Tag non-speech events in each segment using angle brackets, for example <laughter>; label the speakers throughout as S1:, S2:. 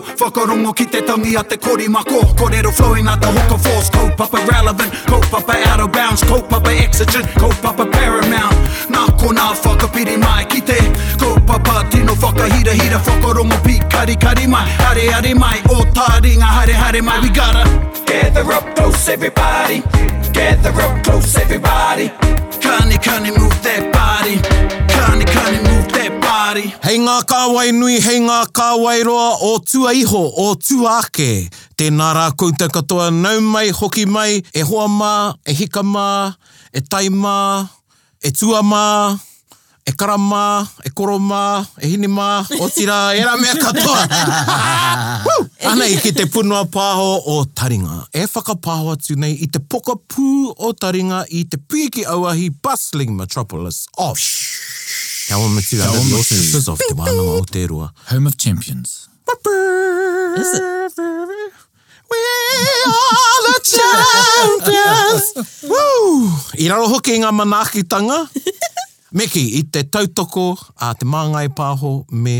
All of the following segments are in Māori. S1: Whakarongo ki te tangi a te korimako Kōrero flowing a te hoko force Kaupapa relevant, kaupapa out of bounds Kaupapa exigent, kaupapa paramount Nā ko nā whakapiri mai ki te Kaupapa tino whakahira hira Whakarongo pi kari kari mai Hare hare mai, o tā ringa hare hare mai We gotta
S2: Gather up close, everybody. Gather up close, everybody.
S1: Kani kani move that body Kani kani move that body
S3: Hei ngā kāwai nui, hei ngā kāwai roa o tua iho, o tua ake. Tēnā rākou te katoa nau mai, hoki mai, e hoa mā, e hika mā, e tai mā, e tua mā, e kara mā, e koro mā, e hini mā, o tira, e rā mea katoa. Woo! Ana i ki te punua pāho o taringa. E whakapāho atu nei i te poka pū o taringa i te piki auahi bustling metropolis of... Kia ora matu,
S4: Kia ora
S3: under the
S4: matu.
S3: auspices of te wānanga o te rua.
S4: Home of Champions.
S3: Is it? We are the <laughs> champions! Woo! I raro hoki i ngā manaakitanga. Meki, i te tautoko a te māngai pāho me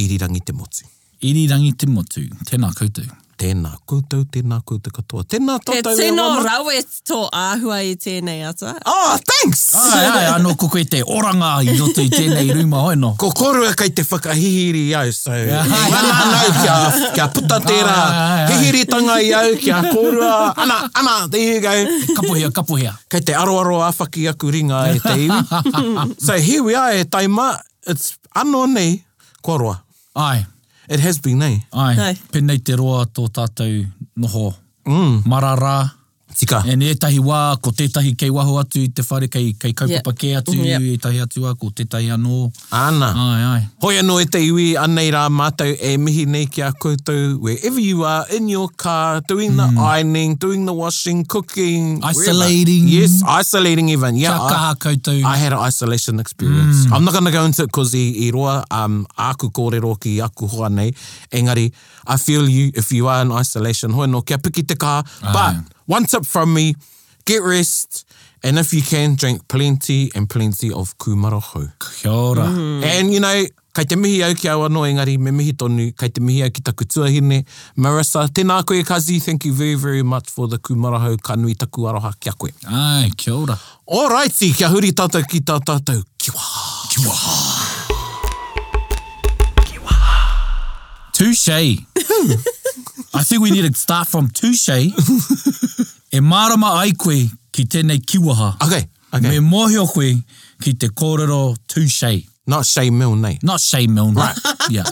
S3: irirangi te motu.
S4: Iri rangi te motu. Tēnā koutou.
S3: Tēnā koutou, tēnā koutou katoa. Tēnā e
S5: Te
S3: tātou
S5: tino rawe tō āhua i tēnei ata.
S3: Oh, thanks!
S4: Ah, Ai, ai, anō ko koe te oranga i roto i tēnei rūma hoeno.
S3: Ko korua kai te whakahihiri au,
S4: <laughs>
S3: so... Yeah.
S4: Ah, ai, Ah,
S3: Mana nau kia, kia puta tērā,
S4: Ai, ai, ai.
S3: hihiritanga i au, kia korua. Ana, ana, there you go.
S4: Kapohea, kapohea.
S3: Kei te aroaro awhaki aku ringa e te
S4: <laughs>
S3: iwi. so here we are e taima. It's anō nei, kua roa.
S4: Ai,
S3: It has been nei.
S4: ai.
S5: Ai.
S4: Pēnei te roa tō tātou noho.
S3: Mm.
S4: Marara.
S3: Tika.
S4: E nētahi wā, ko tētahi kei waho atu i te whare, kei, kei kaupapa kei
S5: Yeah. Mm,
S4: atu,
S5: Yeah.
S4: e tahi atu a, ko tētahi anō.
S3: Ana.
S4: Ai, ai.
S3: Hoi anō e te iwi anei rā mātou e mihi nei ki a koutou wherever you are in your car doing the ironing, doing the washing, cooking. wherever.
S4: Isolating.
S3: Yes, isolating even. Yeah,
S4: Kia
S3: I-
S4: kaha koutou.
S3: I had an isolation experience. Mm. I'm not going to go into it because i, i roa, um, aku kōrero ki aku hoa nei. Engari, I feel you if you are in isolation. Hoi no, kia piki te kaha. But one tip from me, get rest. And if you can, drink plenty and plenty of kumarahau.
S4: Kia ora. Mm.
S3: Mm. And you know, kei te mihi au ki au anō, engari, me mihi tonu, kei te mihi au ki taku tuahine. Marissa, tēnā koe kazi, thank you very, very much for the kumarahau kanui taku aroha kia koe.
S4: Ai, kia ora.
S3: Alrighty, kia huri tātou ki tā tātou. Kiwa.
S5: <laughs>
S4: Touche. I think we need to start from
S5: <laughs>
S4: touche. e marama ai koe ki tēnei kiwaha.
S3: Okay, okay.
S4: Me mōhio koe ki te kōrero touche.
S3: Not Shay Mill, nay.
S4: Not Shay Milne. Right. <laughs> yeah.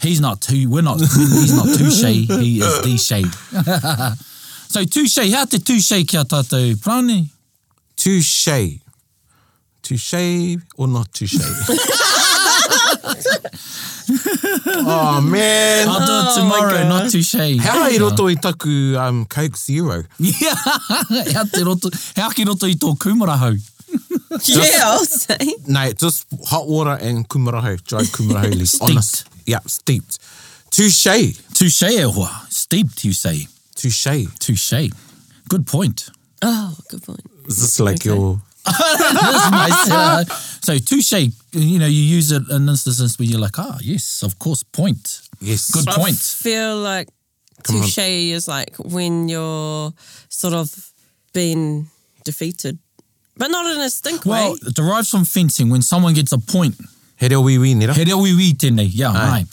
S4: He's not too, we're not, he's not touche, he is the shade. <laughs> so touche, how te touche kia tātou prāne?
S3: Touche. Touche or not touche? <laughs> oh, man.
S4: I'll do it
S5: Oh my
S4: tomorrow,
S5: God.
S4: not touche.
S3: How i roto i taku um, Coke Zero?
S4: <laughs> Yeah. how te roto, how ki roto i tō kumarahau?
S5: Yeah, I'll say.
S3: No, just hot water and kumarahau,
S4: <laughs>
S3: dried kumarahau leaves.
S4: Steeped.
S3: Honest. Yeah, steeped. Touche.
S4: Touche e hoa. Steeped, you say.
S3: Touche.
S4: Touche. Good point. <laughs>
S5: Oh, good point.
S3: Is this like your...
S4: That's nice. Yeah. So touche, you know, you use it in instances where you're like, ah, yes, of course, point.
S3: Yes.
S4: Good
S5: I
S4: point.
S5: feel like
S3: on.
S5: touche is like when you're sort of being defeated, but not in a stink
S4: Well,
S5: way.
S4: it derives from fencing. When someone gets a point,
S3: He reo wiwi nera.
S4: he reo iwi tēnei, yeah,
S3: Aye.
S4: right.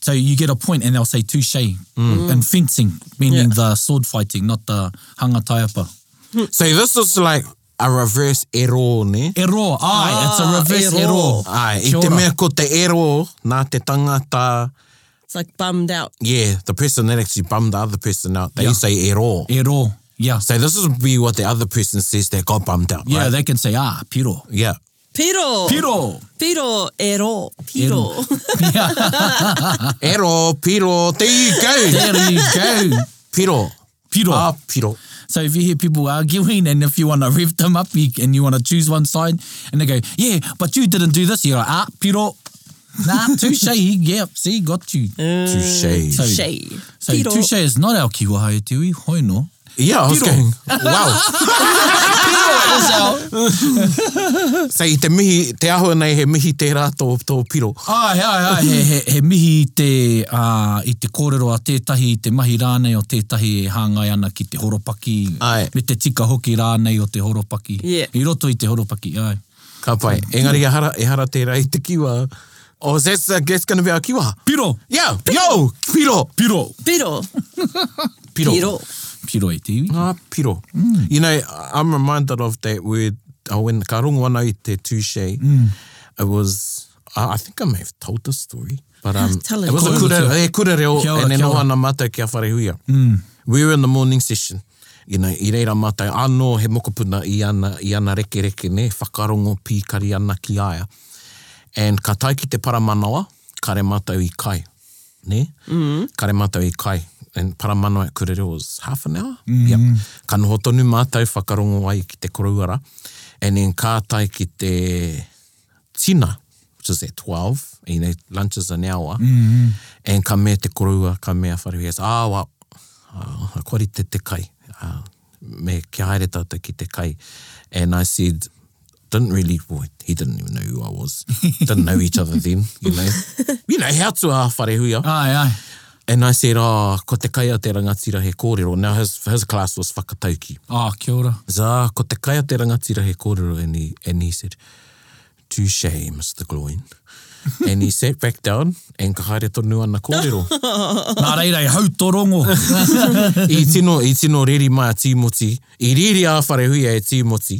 S4: So you get a point and they'll say touche.
S3: Mm.
S4: And fencing, meaning the sword fighting, not the hangataepa.
S3: So this is like a reverse ero, ne?
S4: Ero, aye,
S5: Ah,
S4: it's a reverse
S5: ero.
S4: ero.
S3: Ai, i
S4: Kia
S3: te
S4: ora.
S3: mea ko te ero, nā te tangata,
S5: It's like bummed out.
S3: yeah, the person that actually bummed the other person out, they
S4: Yeah.
S3: say ero.
S4: Ero, yeah.
S3: So this is be what the other person says they got bummed out,
S4: Yeah,
S3: right?
S4: they can say, ah, piro.
S3: yeah.
S4: <laughs>
S5: Piro.
S4: Piro.
S5: Piro. Ero. Piro. <laughs>
S3: Ero, piro, there you go.
S4: There you go.
S3: Piro.
S4: Piro.
S3: Ah, piro.
S4: So if you hear people arguing <laughs> and if you want to rev them up you- and you want to choose one side and they go, yeah, but you didn't do this, you're like, ah, piro. Nah, touche, <laughs> he- yeah, see, got you.
S3: Touche.
S4: So-
S5: Touche.
S4: So
S5: Piro.
S4: touche is not our kiwaha e te ui, hoi no.
S3: Yeah, I was
S4: Piro.
S3: going, wow. <laughs>
S5: Ah!
S4: Piro, Rizal.
S3: Sa i te mihi, te aho nei he mihi te rātou tō piro.
S4: Ai, ai, ai, he, he, he mihi te, uh, i te kōrero a tētahi, i te mahi rānei o tētahi e hāngai ana ki te horopaki.
S3: Ai.
S4: Me te tika hoki rānei o te horopaki.
S5: Yeah.
S4: I roto i te horopaki, ai.
S3: Ka pai, engari e hara, e hara tērā i te kiwa. Oh, that's, uh, that's gonna be our kiwa.
S4: Piro!
S3: Yeah, yo, piro,
S4: Piro!
S5: Piro.
S3: piro.
S5: Piro.
S4: Piro e te iwi.
S3: Ah, piro.
S4: Mm.
S3: You know, I'm reminded of that word uh, when ka rongo ana i te touche.
S4: Mm.
S3: It was, uh, I think I may have told this story, but
S4: Ah,
S3: um,
S5: tell it.
S3: it was a
S4: Ko
S3: kura,
S4: ora.
S3: e kura reo
S4: Kia ora,
S3: and then
S4: kia
S3: no
S4: ora.
S3: ana mata kia whare huia. Mm. We were in the morning session. You know, i reira mata, anō he mokopuna i ana, i ana reke reke ne, whakarongo pīkari ana ki aia. And ka tai ki te paramanawa, kare mātou i kai. Ne? Mm. Kare mātou i kai. e And paramanawa at Kurere was half an hour. Mm. Yep. Ka noho tonu mātou whakarongo ai ki te koruara. And then ka tai ki te tina, which is at 12. You know, lunch is an hour. Mm. And ka mea te korua, ka mea wharewe. Ah, wa, uh, kori te te kai. Uh, me kia haere tātou ki te kai. And I said, didn't really, well, he didn't even know who I was. didn't know each other then, you know. you know, how to a whare huia.
S4: Ai, ai.
S3: And I said, oh, ko te kai a te rangatira he kōrero. Now his, his class was whakatauki.
S4: Ah, kia ora.
S3: Zā, ko te kai a te rangatira he kōrero. And he, and he said, touche, Mr. Gloin. and he sat back down and ka haere tonu ana kōrero.
S4: Nā reirei, hautorongo.
S3: I tino, i tino riri mai a Tīmoti. I riri a whare hui e Tīmoti.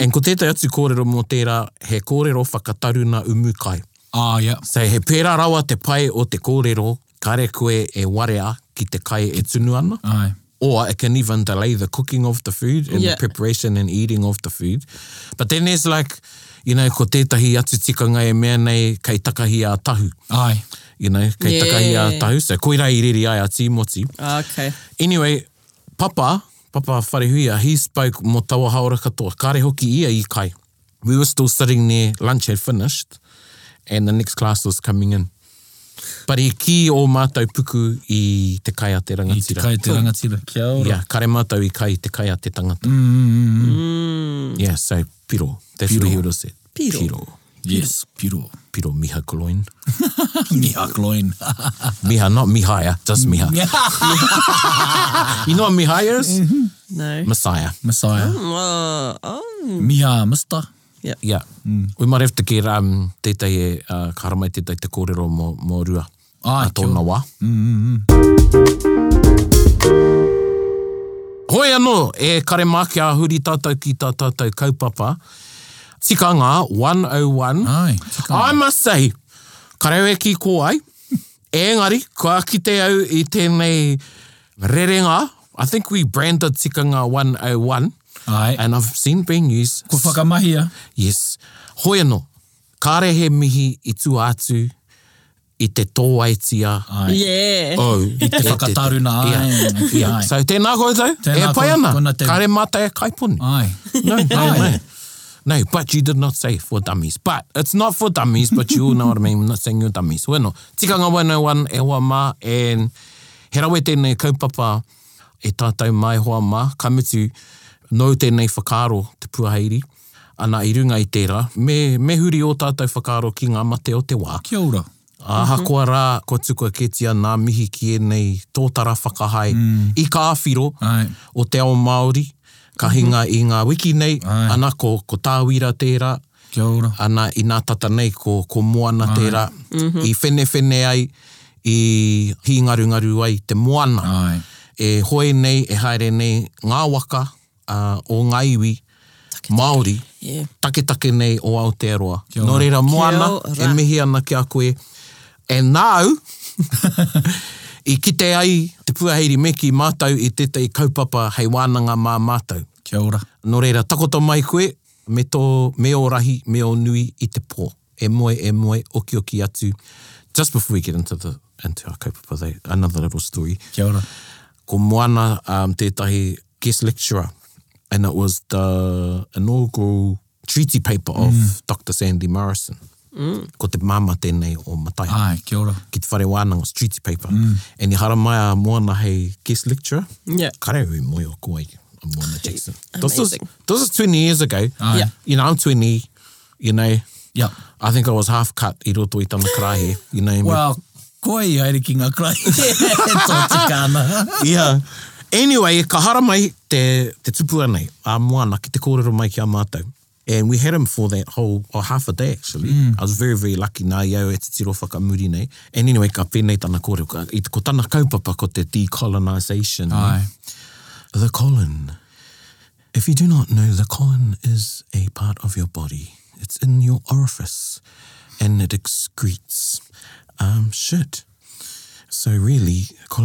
S3: and ko tētai atu kōrero mō tērā, he kōrero whakataruna umukai.
S4: ah, yeah.
S3: Sai he pērā rawa te pai o te kōrero, kare koe e warea ki te kai e tunu ana.
S4: Ai.
S3: Or it can even delay the cooking of the food and
S5: Yeah.
S3: the preparation and eating of the food. But then there's like, you know, ko tētahi atu tikanga e mea nei kei takahi a tahu.
S4: Ai.
S3: You know, kei
S5: Yeah.
S3: takahi a tahu. So koira i riri ai a Tīmoti.
S5: Okay.
S3: Anyway, papa, papa Wharehuia, he spoke mō taua haora katoa. Kāre hoki ia i kai. We were still sitting there, lunch had finished, and the next class was coming in. Pari ki o mātou puku i te kai a te
S4: I te
S3: rangatira.
S4: kai te rangatira. Kia ora.
S3: Yeah, kare mātou i kai i te kai a te tangata. Mm, mm, mm. Yeah, so piro. That's piro. what he would have said.
S5: Piro.
S3: Piro.
S4: Yes, piro.
S3: Piro miha koloin.
S4: Miha Gloin.
S3: miha, not mihaya, just miha. You know what mihaya is?
S5: No.
S3: Messiah.
S4: Messiah.
S5: Oh, oh.
S4: Miha Mr.
S3: Yeah. Mm. We might have to get um, tētai e, uh, ka haramai tētai te kōrero mō, mō rua.
S4: Ai,
S3: a tōna wā. Mm, Hoi anō, e kare māke a huri tātou ki tā tātou kaupapa. oh Tikanga 101.
S4: Ai,
S3: I must say, ka reo e ki kō ai. <laughs> Engari, kua kite au i tēnei rerenga. I think we branded Tikanga 101.
S4: Ai.
S3: And I've seen being used
S4: Ko whakamahia.
S3: Yes. Hoi anō, kāre he mihi i tū atu i te tōaitia.
S4: Ai.
S5: Yeah.
S3: Oh, <laughs> i te
S4: whakataruna ai.
S3: Ia, ia.
S4: Ai.
S3: So tēnā koutou, e
S4: Tēnā
S3: pai
S4: kou-
S3: ana,
S4: kona te-
S3: kāre mata e kaipuni.
S4: Ai.
S3: No, no, no. No, but you did not say for dummies. But it's not for dummies, but you all know what I mean. I'm not saying you're dummies. Hoi anō, tikanga 101 e hoa mā, and he rawe tēnei kaupapa e tātou mai hoa mā, kamutu nō tēnei whakaro te puaheiri, ana i runga i tērā. Me, me huri o tātou whakaro ki ngā mate o te wā.
S4: Kia ora.
S3: A
S4: Mhm.
S3: hakoa rā, ko tukua ketia nā mihi ki e nei tōtara whakahai. Mm. I ka awhiro
S4: Ai.
S3: o te ao Māori, ka hinga i ngā wiki nei,
S4: Ai.
S3: ana ko, ko tāwira tērā,
S4: Kia ora.
S3: ana i nā tata nei ko, ko moana tērā.
S4: Mhm.
S3: I whenewhene ai, i hingarungaru ai te moana.
S4: Ai.
S3: E hoi nei, e haere nei ngā waka uh, o ngā iwi, Māori,
S5: Yeah.
S3: taketake nei o Aotearoa.
S4: Kia ora.
S3: Nō reira moana,
S5: Kia
S3: e
S5: ora.
S3: mihi ana ki a koe. E nāu, i kite ai te puaheiri me ki mātou i tētai kaupapa hei wānanga mā mātou.
S4: Kia ora.
S3: Nō reira, takoto mai koe, me, tō, me o rahi, me o nui i te pō. E moe, e moe, oki oki atu. Just before we get into the into our kaupapa, though, another little story
S4: Kia ora.
S3: ko moana um, tētahi guest lecturer and it was the inaugural treaty paper of Dr. Sandy Morrison. Mm. Ko te māma tēnei o Matai.
S4: Ai, kia ora.
S3: Ki te whare wānanga, it's treaty paper. Mm. E ni hara mai a moana hei guest lecturer.
S5: Yeah.
S3: Kare hui moe o koe.
S4: Wanda Jackson.
S3: This is,
S5: Amazing.
S3: this is 20 years ago.
S4: Aye. Ah, Yeah.
S3: You know, I'm 20, you know.
S4: Yep.
S3: I think I was half cut i roto i tana karahe, you know me.
S4: Well, koe i haere ki ngā kurai. e tō tikana.
S3: <laughs> yeah. Anyway, ka hara mai te, te tupu anei, a moana ki te kōrero mai ki a mātou. And we had him for that whole, or half a day actually. Mm. I was very, very lucky nā iau e te tiro whakamuri nei. And anyway, ka pēnei tana kōrero, ka, i, ko tana kaupapa ko te decolonisation.
S4: Aye.
S3: The colon. If you do not know, the colon is a part of your body. It's in your orifice and it excretes um, shit. So, really,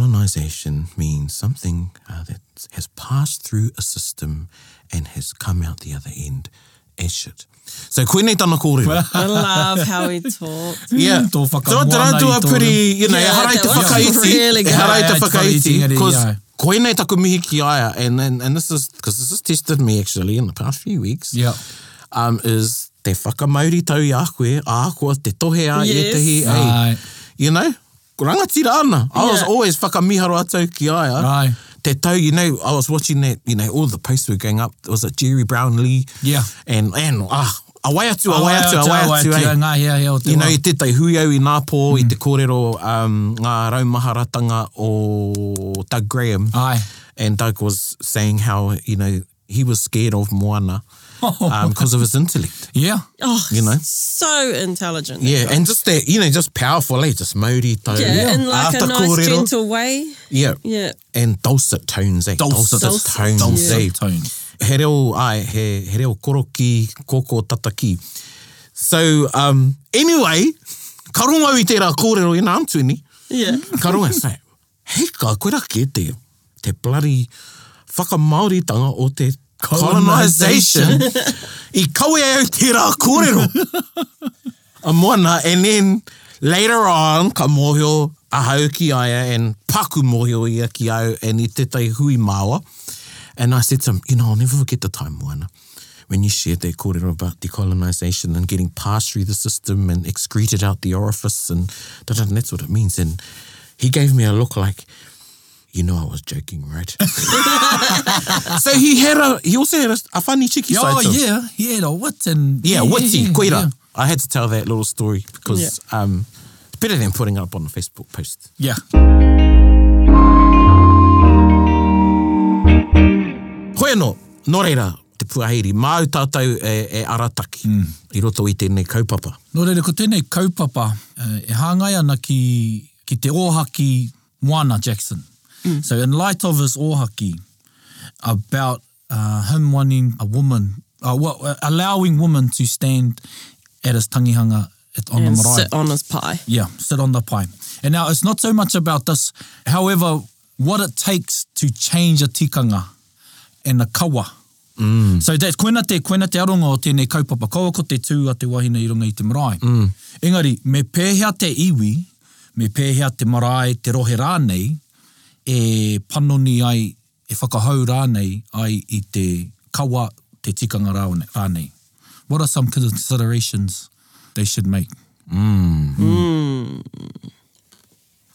S3: colonization means something uh, that has passed through a system and has come out the other end as shit. So, koinei tana kōrero.
S5: I love how he talked.
S3: Yeah.
S4: Mm, tō whakamoana
S3: Tō tērā
S4: i
S3: tō
S4: tōna.
S3: pretty, you know,
S5: Yeah,
S3: e harai te
S5: that was
S3: whakaiti.
S5: really
S3: E harai
S4: good.
S3: te
S4: Yeah, it's whakaiti,
S3: whakaiti.
S4: it is,
S3: Because
S4: yeah.
S3: koinei taku mihi ki aia, and, and, and this is, because this has tested me actually in the past few weeks,
S4: Yeah.
S3: um, is te whakamauri tau i a koe, a koe te tohe a yes. e
S5: Yes.
S3: tehi,
S4: Right.
S3: you know, rangatira ana. I was
S5: Yeah.
S3: always whakamiharo atau ki aia.
S4: Right.
S3: Te tau, you know, I was watching that, you know, all the posts were going up. Was it Jerry Brownlee?
S4: Yeah.
S3: And, and, ah, awai atu, awai atu, awai atu, eh?
S4: Ngā hea hea o te
S3: You know,
S4: wā.
S3: i tētai hui au i Nāpō, mm. i te kōrero um, ngā raumaharatanga o Doug Graham.
S4: Aye.
S3: And Doug was saying how, you know, he was scared of Moana
S4: <laughs>
S3: um, because of his intellect,
S4: Yeah.
S5: Oh,
S3: you know.
S5: so intelligent.
S3: Yeah, and just that, you know, just powerful, eh? Just mauri tau.
S5: Yeah, in like a
S3: Ata
S5: nice,
S3: kōrero.
S5: gentle way.
S3: Yeah.
S5: Yeah.
S3: And dulcet tones, eh?
S4: Dulcet.
S5: Dulcet.
S3: tones,
S4: Dulcet
S3: eh?
S4: tones.
S3: he reo, ai, he, he reo koroki, koko tataki. So, um, anyway, ka rongo au i tērā kōrero i nā amtuini.
S5: Yeah.
S3: Ka rongo, sai, hei ka koe rake te, te bloody whakamauritanga o te colonization i kaue au tērā kōrero. a moana, and then later on, ka mōhio ahau ki aia and paku mōhio ia ki au and i tētai hui māua. And I said to him, you know, I'll never forget the time, Moana, when you shared that kōrero about decolonisation and getting passed through the system and excreted out the orifice and, da, da, and that's what it means. And he gave me a look like, you know I was joking, right?
S4: <laughs>
S3: so he had a, he also had a, a funny cheeky side
S4: Oh,
S3: to him.
S4: yeah. Yeah, the wits and...
S3: Mm-hmm. Yeah, witty,
S4: yeah,
S3: koira.
S4: yeah.
S3: I had to tell that little story because um, it's better than putting it up on a Facebook post.
S4: Yeah.
S3: Koe no, no reira, te puaheiri, māu tātou e, e arataki mm. i roto i tēnei kaupapa.
S4: Nō reira, ko tēnei kaupapa, eh, e hāngai ana ki, ki te ōhaki Moana Jackson. So in light of his ōhaki, about uh, him wanting a woman, uh, well, uh, allowing women to stand at his tangihanga at, on
S5: And
S4: the marae.
S5: sit on his pie.
S4: Yeah, sit on the pie. And now it's not so much about this. However, what it takes to change a tikanga and a kawa. Mm. So that koina te, koina te aronga o tēnei kaupapa. Kaua ko te tū a te wahine i runga i te marae. Mm. Engari, me pēhea te iwi, me pēhea te marae, te rohe rānei, e panoni ai, e whakahau rānei ai i te kawa te tikanga rāone- rānei. What are some considerations they should make?
S5: I'm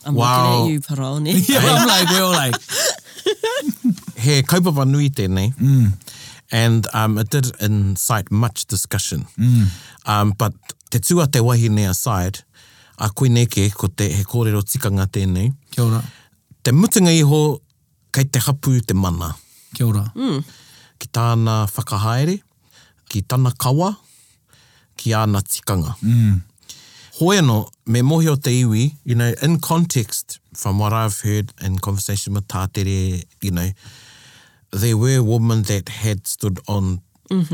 S3: Wow.
S5: looking at you, <laughs> Parone.
S4: <laughs> Yeah, I'm like, we're all like,
S3: He kaupapa nui tēnei. Mm. And um, it did incite much discussion. Mm. Um, but te tua te wahine aside, a koe neke ko te he kōrero tikanga tēnei,
S4: kia ora,
S3: te mutunga iho kei te hapu te mana.
S4: kia ora.
S5: Mm.
S3: ki tāna whakahaere, ki tāna kawa, ki āna tikanga. Mm. Hoi anō, me mohi o te iwi, you know, in context, from what I've heard in conversation with tātere, you know, there were women that had stood on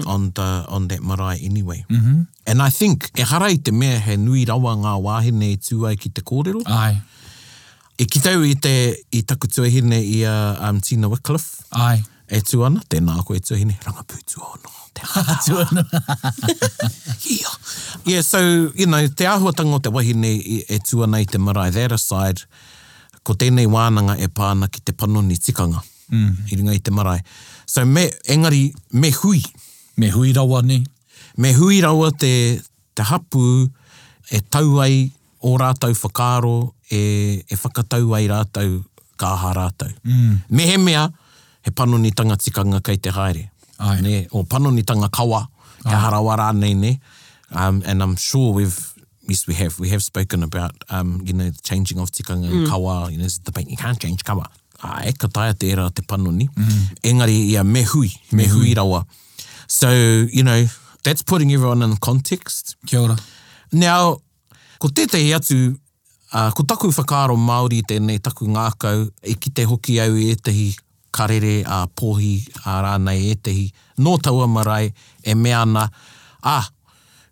S3: on the on that marae anyway. Mm-hmm. And I think, e hara i te mea he nui rawa ngā wāhine e tū ai ki te kōrero.
S4: Ai,
S3: E kitau i te, i taku tuahine i a um, Tina Wycliffe,
S4: ai.
S3: e tu ana, tēnā koe tuhine, rangapū tu ono, te hana. <laughs> yeah. yeah, so, you know, te āhuatanga o te wahine i- e tu ana i te marae, that aside, ko tēnei wānanga e pāna ki te panoni tikanga, mm. i ringa i te marae. So, me, engari, me hui,
S4: Me hui rawa ne.
S3: me hui rawa te, te hapu e tau ai o rātau whakaro e, e whakatau ai rātau ka aha rātau. Mm. Me he mea, he panonitanga tikanga kei te haere.
S4: Ai.
S3: Ne, o panonitanga kawa, he harawara nei ne. Um, and I'm sure we've, yes we have, we have spoken about, um, you know, the changing of tikanga and kawa, you know, the bank, you can't change kawa. Ai, ka taia te era te panoni. Mm. Engari, ia me hui, me hui rawa. So, you know, that's putting everyone in context.
S4: Kia ora.
S3: Now, ko tētahi atu, uh, ko taku whakaaro Māori i tēnei taku ngākau, i ki te hoki au e tehi karere a pōhi a rānei e tehi, nō taua marae e mea ana, ah,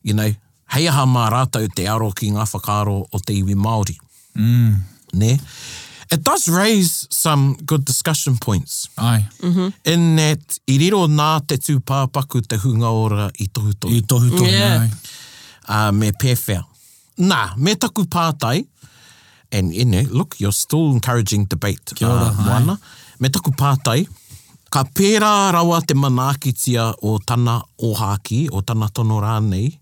S3: you know, hei aha mā rātau te aro ki ngā whakaaro o te iwi Māori. Mm. Ne? It does raise some good discussion points.
S4: Ai.
S5: Mhm.
S4: Mm.
S3: In that, i riro nā te tūpāpaku te hunga ora i tohu tohu
S4: I tohu tohu
S5: Yeah.
S4: yeah.
S3: uh, me pēwhia. Nā, me taku pātai, and you know, look, you're still encouraging debate, Ah,
S4: Kia ora, hai.
S3: moana. Me taku pātai, ka pērā rawa te manakitia o tana ohaki, o tana tono rānei,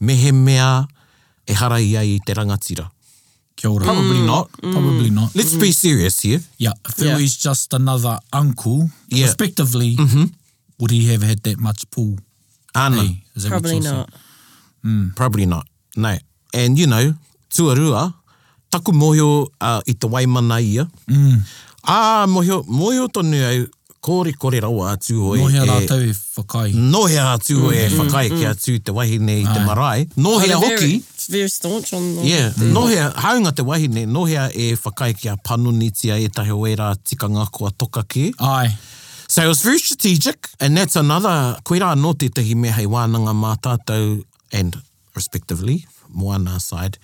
S3: me he mea e hara ia i te rangatira.
S4: Kia ora.
S3: Probably
S5: Mm.
S3: not.
S4: Probably not.
S3: Let's be serious here.
S4: Yeah, if it was just another uncle,
S3: Yeah.
S4: respectively, mm-hmm. would he have had that much pull?
S3: Ana.
S4: Hey, is that what
S5: Probably
S4: you're saying?
S5: not.
S3: Probably not. No. And you know, tuarua, taku mōhio uh, i te waimana ia. Mm. Ā, mōhio, mōhio tonu au kore kore rawa atu hoi.
S4: Nohea rātou Mm. e whakai.
S3: Mm. Nohea atu hoi e whakai ki atu te wahine i te marae. Nohea
S5: They're very,
S3: hoki.
S5: very staunch on on-
S3: Yeah, mm. nohea, haunga te wahine, nohea e whakai ki a panunitia e tahe oera tikanga kua tokake.
S4: Ai.
S3: So it was very strategic, and that's another koera no te tehi me hei wānanga mā tātou, and respectively, moana side,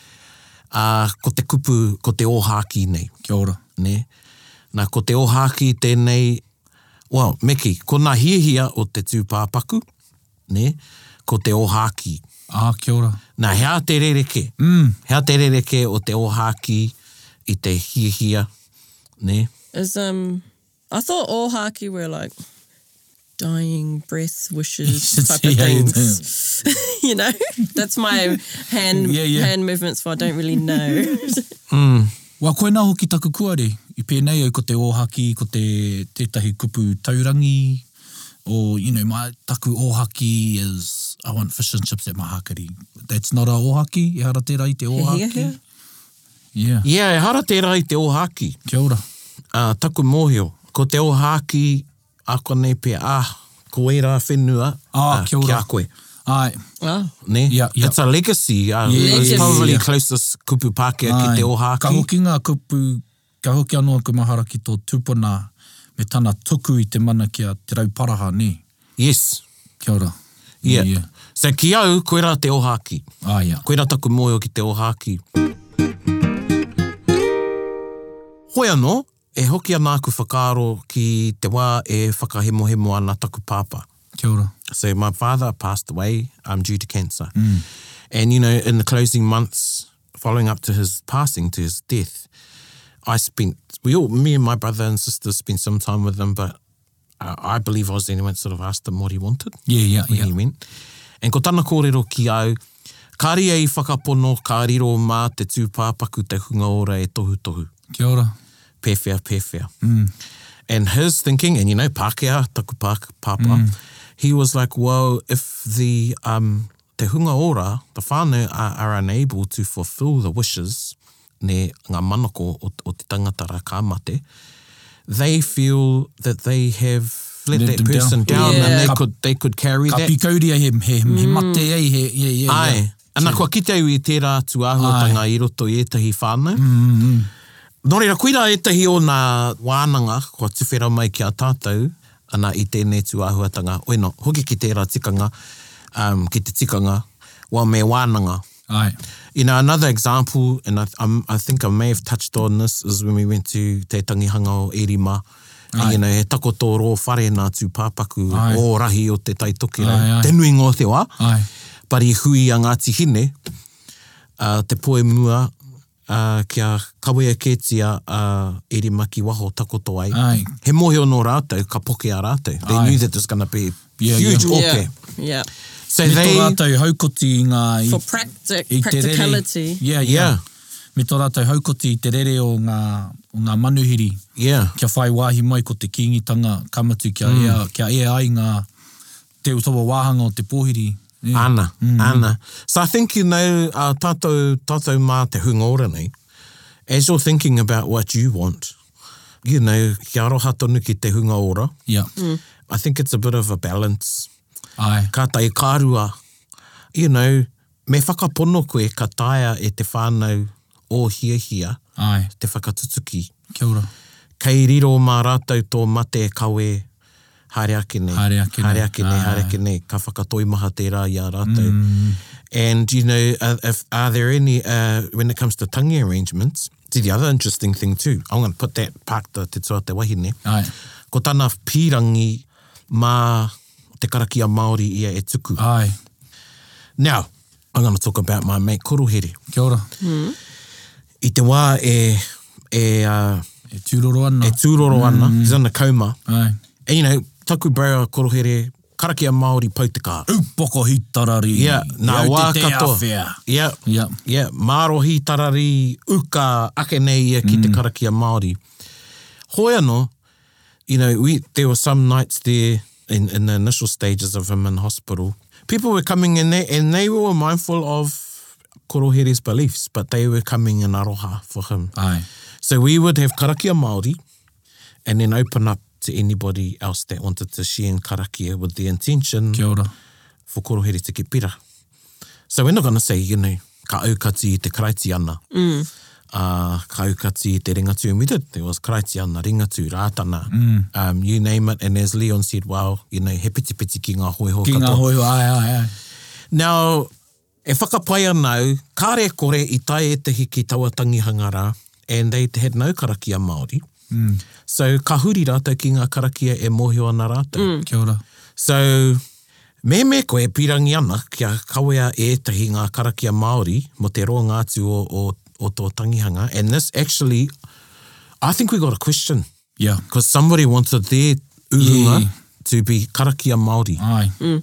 S3: uh, ko te kupu, ko te ohaki nei.
S4: Kia ora.
S3: Ne? Nā ko te ohaki tēnei, well, meki, ko nā hiahia o te tūpāpaku, ne? ko te ohaki.
S4: Ah, kia ora.
S3: Nā hea te rereke. Mm. Hea te rereke o te ohaki i te hiahia. Ne?
S5: Is um, I thought all haki were like dying breath wishes type of
S4: Yeah, you
S5: things. <laughs> you know, that's my hand
S4: Yeah, yeah.
S5: hand movements. So I don't really know. <laughs>
S4: Wā koina hoki taku kuare. I pēnei au ko te ōhaki, ko te tētahi kupu taurangi, or, you know, my taku ōhaki is, I want fish and chips at my hakari. That's not a ōhaki, e hara tērā i te
S5: yeah,
S4: ōhaki.
S5: <laughs>
S4: Yeah.
S5: yeah.
S3: Yeah, e hara tērā i te ohaki.
S4: Kia ora.
S3: uh, taku mōhio. Ko te o hāki, a konei pe a, ko e rā whenua,
S4: Ah, kia ora.
S3: kia koe.
S4: Ai.
S5: Oh,
S3: Ne?
S4: Yeah, yeah.
S3: It's a legacy. Uh,
S4: Yeah,
S3: It's
S5: yeah,
S3: probably
S4: yeah.
S3: closest kupu Pākehā
S4: Ai.
S3: ki te o
S4: Ka
S3: hāki.
S4: hoki ngā kupu, ka hoki anō ku mahara ki tō tūpuna me tana tuku i te mana kia te rauparaha, ne?
S3: Yes.
S4: Kia ora.
S3: Yeah. So ki au, koe rā te o hāki.
S4: Ah, yeah.
S3: Koe rā taku mōhio ki te o hāki. Hoi anō, e hoki anā ku whakaaro ki te wā e whakahemohemo ana taku pāpā.
S4: Kia ora.
S3: So my father passed away um, due to cancer. And, you know, in the closing months following up to his passing, to his death, I spent, we all, me and my brother and sister spent some time with him, but uh, I believe I was the only one that sort of asked him what he wanted
S4: Yeah, yeah,
S3: when
S4: yeah.
S3: he went. And ko tana kōrero ki au, kāri ei whakapono, kā riro mā te tūpāpaku te hunga ora e tohu tohu
S4: Kia ora.
S3: pēwhia, pēwhia. Mm. And his thinking, and you know, Pākehā, taku Pāk, pāpā, he was like, well, if the um, te hunga ora, the whānau are, are unable to fulfill the wishes ne ngā manako o, o te tangata rā kāmate, they feel that they have let,
S4: Let
S3: that
S4: them
S3: person down,
S4: down.
S5: Yeah.
S3: and they
S4: Ka-
S3: could they could carry
S4: Ka
S3: that.
S4: pikauri ai he, he, he mate ai, he, yeah, yeah,
S3: Ai.
S4: yeah.
S3: Ana kua kite au i tērā tu āhuatanga i roto i etahi whānau.
S4: Mm,
S3: Nō reira, koira etahi o nā wānanga, kua tuwhera mai ki a tātou, ana i tēnei tu āhuatanga. Oino, hoki ki tērā tikanga, um, ki te tikanga, wa me wānanga.
S4: Ai.
S3: You know, another example, and I, um, I think I may have touched on this, is when we went to Te Tangihanga o Erima. And,
S4: Ai.
S3: you know, he tako tō rō whare nā tū pāpaku
S4: Ai.
S3: o rahi o te taitoki rau.
S4: Ai, ai.
S3: Te nui ngō te wā
S4: Ai.
S3: pari hui a Ngāti Hine, uh, te poe mua uh, kia kawea ketia uh, eri maki waho takoto ai.
S4: Ai.
S3: He mohi ono rātou, ka poke a rātou. They
S4: Ai.
S3: knew that there's going to be
S4: Yeah,
S3: huge
S4: yeah.
S3: oke.
S5: yeah, yeah.
S3: So
S4: Me tō
S3: they,
S4: rātou haukoti i ngā... i-
S5: For practic
S4: i te rere-
S5: practicality,
S4: Yeah, yeah.
S3: Yeah.
S4: Me tō rātou haukoti i te rere o ngā, o o ngā manuhiri.
S3: Yeah.
S4: Kia whai wāhi mai ko te kīngitanga kamatu kia, mm. ea, kia ea ai ngā te utawa wāhanga o te pōhiri. Yeah.
S3: Ana, mm. ana. So I think, you know, uh, tātou, tātou mā te hunga ora nei, as you're thinking about what you want, you know, kia roha tonu ki te hunga ora,
S4: Yeah.
S3: I think it's a bit of a balance.
S4: Ai.
S3: Ka tai kārua, you know, me whakapono koe ka taia e te whānau o hia hia,
S4: Ai.
S3: te whakatutuki.
S4: Kia ora.
S3: Kei riro mā rātou tō mate e kawe haere ake nei.
S4: Haere ake nei.
S3: Haere ake nei,
S4: Ah.
S3: haere ake nei. Ka whakatoimaha tērā i a rātou. Mm. And, you know, uh, if, are there any, uh, when it comes to tangi arrangements, see the other interesting thing too. I'm going to put that, park the te tua te wahine.
S4: Ai.
S3: Ko tāna pīrangi mā te karakia Māori ia e tuku.
S4: Ai.
S3: Now, I'm going to talk about my mate Kuruhere.
S4: Kia ora. Mm.
S3: I te wā e, e, uh,
S4: E tūroro ana.
S3: e tūroro ana, he's on the coma,
S4: Ai.
S3: And, you know, taku brau a korohere, karakia Māori pautika.
S4: Upoko hi tarari.
S3: Yeah, nā
S4: Iau
S3: wā
S4: te te
S3: katoa.
S4: awhea.
S3: Yeah,
S4: Yeah.
S3: yeah, mārohi tarari uka ake nei ia ki mm. te karakia Māori. Hoi anō, you know, we, there were some nights there in, in the initial stages of him in hospital. People were coming in there and they were mindful of Korohere's beliefs, but they were coming in aroha for him.
S4: Ai.
S3: So we would have karakia Māori and then open up to anybody else that wanted to share in karakia with the intention
S4: Kia ora.
S3: for korohere te kipira. So we're not going to say, you know, ka aukati i te karaiti ana. Mm. Uh, ka aukati i te ringatu. And we did. There was karaiti ana, ringatu, rātana. Mm. Um, you name it. And as Leon said, wow, you know, he piti piti ki ngā hoiho
S4: Ki ngā
S3: katoa.
S4: hoi ai ai ai.
S3: Now, e whakapai anau, kāre kore i tae e te hiki taua tangihanga rā, and they had no karakia Māori. Mm. So, ka huri rātou ki ngā karakia e mōhio ana rātou. Mm.
S4: Kia ora.
S3: So, me me koe pirangi ana kia kawea ētahi ngā karakia Māori mo te roa ngātu o, o, o tō tangihanga. And this actually, I think we got a question.
S4: Yeah.
S3: Because somebody wanted their uhunga
S4: Yeah.
S3: to be karakia Māori.
S4: Ai.
S5: Mm.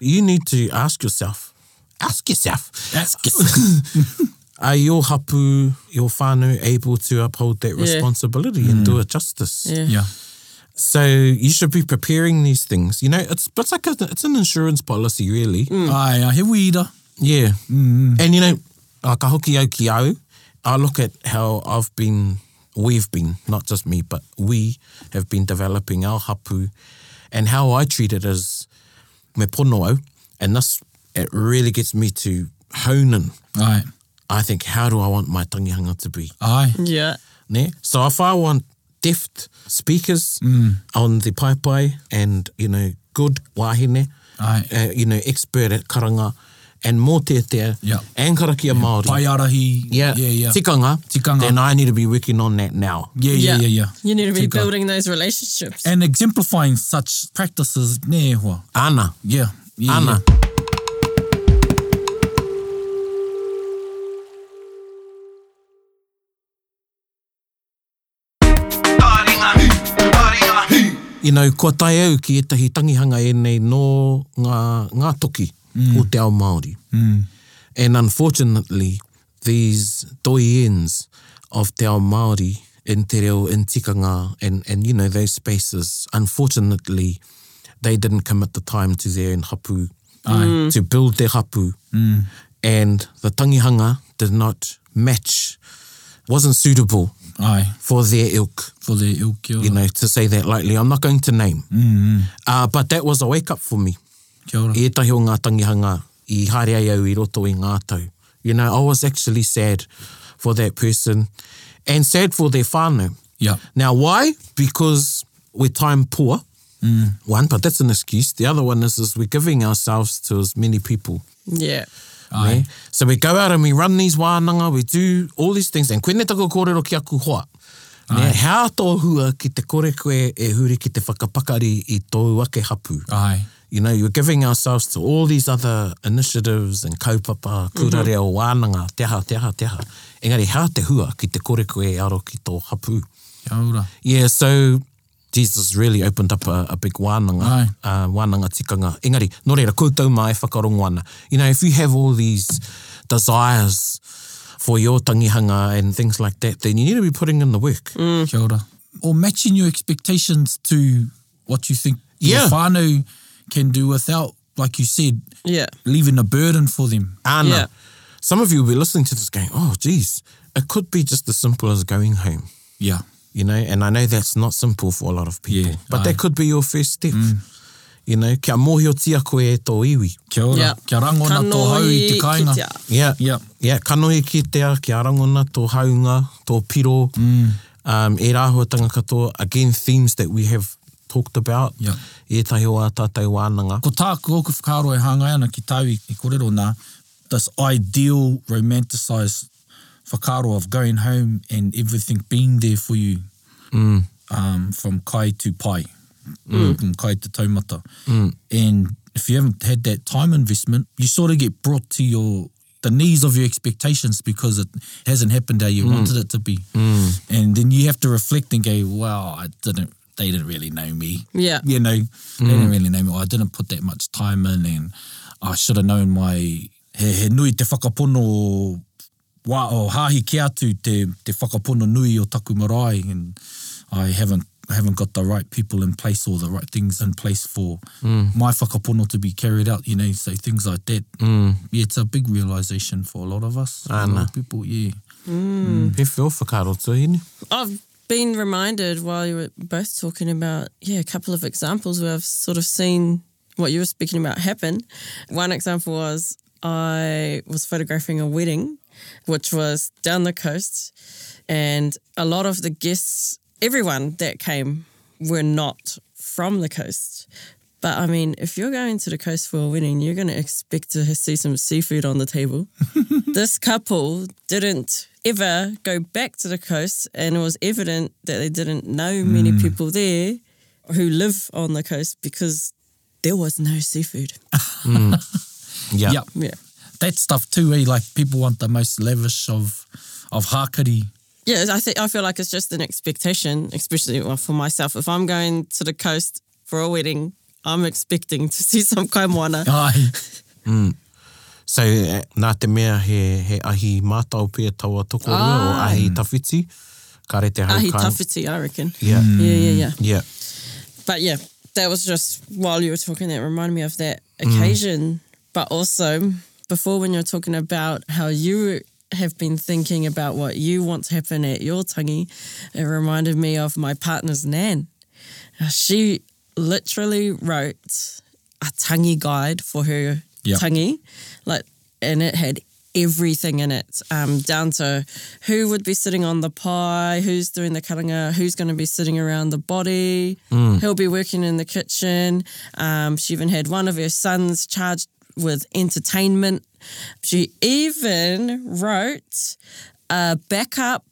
S3: You need to ask yourself, ask yourself,
S4: That's kissing.
S3: are your hapu, your whānau able to uphold that
S5: Yeah. Mm.
S3: responsibility and do it justice?
S5: Yeah.
S4: yeah.
S3: So you should be preparing these things. You know, it's it's like a, it's an insurance policy, really.
S5: Mm.
S4: Ai, ai, he wira.
S3: Yeah. And you know, like a hoki au ki au, I look at how I've been, we've been, not just me, but we have been developing our hapu and how I treat it as me pono au. And this, it really gets me to hone in.
S4: Ai.
S3: I think, how do I want my tangihanga to be?
S4: Ai.
S5: Yeah.
S3: Ne? So if I want deft speakers on the paipai and, you know, good wahine,
S4: Aye.
S3: uh, you know, expert at karanga and mō tētea
S4: Yeah.
S3: and karakia Māori.
S4: Pai arahi.
S3: Yeah.
S4: Yeah, yeah.
S3: Tikanga.
S4: Tikanga.
S3: Then I need to be working on that now.
S4: Yeah, yeah, yeah, yeah.
S5: You need to be
S4: Tika. Eh.
S5: building those relationships.
S4: And exemplifying such practices, nē e hoa.
S3: Ana.
S4: Yeah. yeah
S3: Ana.
S4: Yeah.
S3: You know, kua tae au ki etahi tangihanga e nei nō ngā, ngā toki mm. o te ao Māori. Mm. And unfortunately, these doi ends of te ao Māori in te reo, in tikanga, and, and you know, those spaces, unfortunately, they didn't commit the time to their own hapu, mm. to build their hapu. Mm. And the tangihanga did not match, wasn't suitable
S4: Ai.
S3: for their ilk.
S4: For the ill kia ora. Mm,
S3: you know, to say that lightly. I'm not going to name. Mm-hmm. Uh, but that was a wake up for me.
S4: Kia ora.
S3: Ētahi o ngā tangihanga i haere ai au i roto i ngā tau. You know, I was actually sad for that person and sad for their whānau.
S4: Yeah.
S3: Now, why? Because we're time poor. Mm. One, but that's an excuse. The other one is, is we're giving ourselves to as many people.
S5: Yeah.
S3: Aye. So we go out and we run these wānanga, we do all these things, and koene tako kōrero ki aku hoa. Ne, hea tō hua ki te kore koe e huri ki te whakapakari i tōu ake hapu.
S4: Ai.
S3: You know, you're giving ourselves to all these other initiatives and kaupapa,
S4: Mm-hmm.
S3: kūrare o wānanga, teha, teha, teha. Engari, hea te hua ki te kore koe e aro ki tō hapu.
S4: Kia ora.
S3: Yeah, so Jesus really opened up a, a big wānanga,
S4: Aye.
S3: uh, wānanga tikanga. Engari, nō reira, koutou mai whakarongo ana. You know, if you have all these desires for your tangihanga and things like that, then you need to be putting in the work.
S4: Mm. Kia ora. Or matching your expectations to what you think
S3: Yeah.
S4: your whānau can do without, like you said,
S5: Yeah.
S4: leaving a burden for them.
S3: Anna,
S5: Yeah.
S3: some of you will be listening to this going, oh, geez, it could be just as simple as going home.
S4: Yeah.
S3: you know, and I know that's not simple for a lot of people,
S4: Yeah,
S3: but
S4: aye.
S3: that could be your first step. You know, kia mōhio tia koe e tō iwi.
S4: Kia ora.
S5: Yeah.
S4: Kia rangona tō hau i te kainga.
S5: Ki te ao.
S3: Yeah.
S4: Yeah.
S3: Yeah, kanohi ki tea, kia rangona, tō haunga, tō piro, mm. um, e rāhuatanga katoa, again, themes that we have talked about.
S4: Yeah.
S3: Ētahi o a tātai wānanga.
S4: Ko tā ko ku whakaro e hāngai ana ki tāu i i kōrero nā, this ideal romanticised whakaro of going home and everything being there for you
S3: Mm.
S4: um, from kai to pai, mm. from kai to taumata. Mm. And if you haven't had that time investment, you sort of get brought to your the knees of your expectations because it hasn't happened how you wanted it to be. Mm. And then you have to reflect and go, wow, I didn't, they didn't really know me.
S5: Yeah.
S4: You know,
S3: Mm.
S4: they didn't really know me. Or I didn't put that much time in and I should have known my, he, he nui te whakapono o wā o hāhi ki atu te, te whakapono nui o taku marae and I haven't haven't got the right people in place or the right things in place for
S3: Mm.
S4: my whakapono to be carried out, you know, so things like that. Mm. Yeah, it's a big realisation for a lot of us, a lot
S3: Ana.
S4: of people, yeah.
S3: Mm. He whio whakaro tuini.
S5: I've been reminded while you were both talking about, yeah, a couple of examples where I've sort of seen what you were speaking about happen. One example was I was photographing a wedding, which was down the coast, and a lot of the guests, everyone that came, were not from the coast. But I mean, if you're going to the coast for a wedding, you're going to expect to see some seafood on the table this couple didn't ever go back to the coast, and it was evident that they didn't know many people there who live on the coast because there was no seafood.
S3: Yeah.
S4: Yeah.
S5: Yeah.
S4: That stuff too, eh? Like people want the most lavish of of
S3: <laughs>
S4: hakari.
S5: Yeah, I think I feel like it's just an expectation, especially well, for myself. If I'm going to the coast for a wedding, I'm expecting to see some
S4: <laughs>
S5: kaimoana.
S4: Ai.
S3: So, eh, nā te mea he, he ahi mātau pē taua tokorua ah. o ahi tawhiti. Ka re te hau
S5: Ahi
S3: ka-
S5: tawhiti, I reckon.
S3: Yeah.
S5: Yeah, yeah, yeah.
S3: Yeah.
S5: but yeah, that was just while you were talking, that reminded me of that occasion. But also, before when you're talking about how you have been thinking about what you want to happen at your tangi, it reminded me of my partner's nan. Uh, She literally wrote a tangi guide for her
S4: Yeah.
S5: tangi, like, and it had everything in it, um, down to who would be sitting on the pie, who's doing the karanga, who's going to be sitting around the body, who'll be working in the kitchen. Um, she even had one of her sons charged with entertainment. She even wrote a backup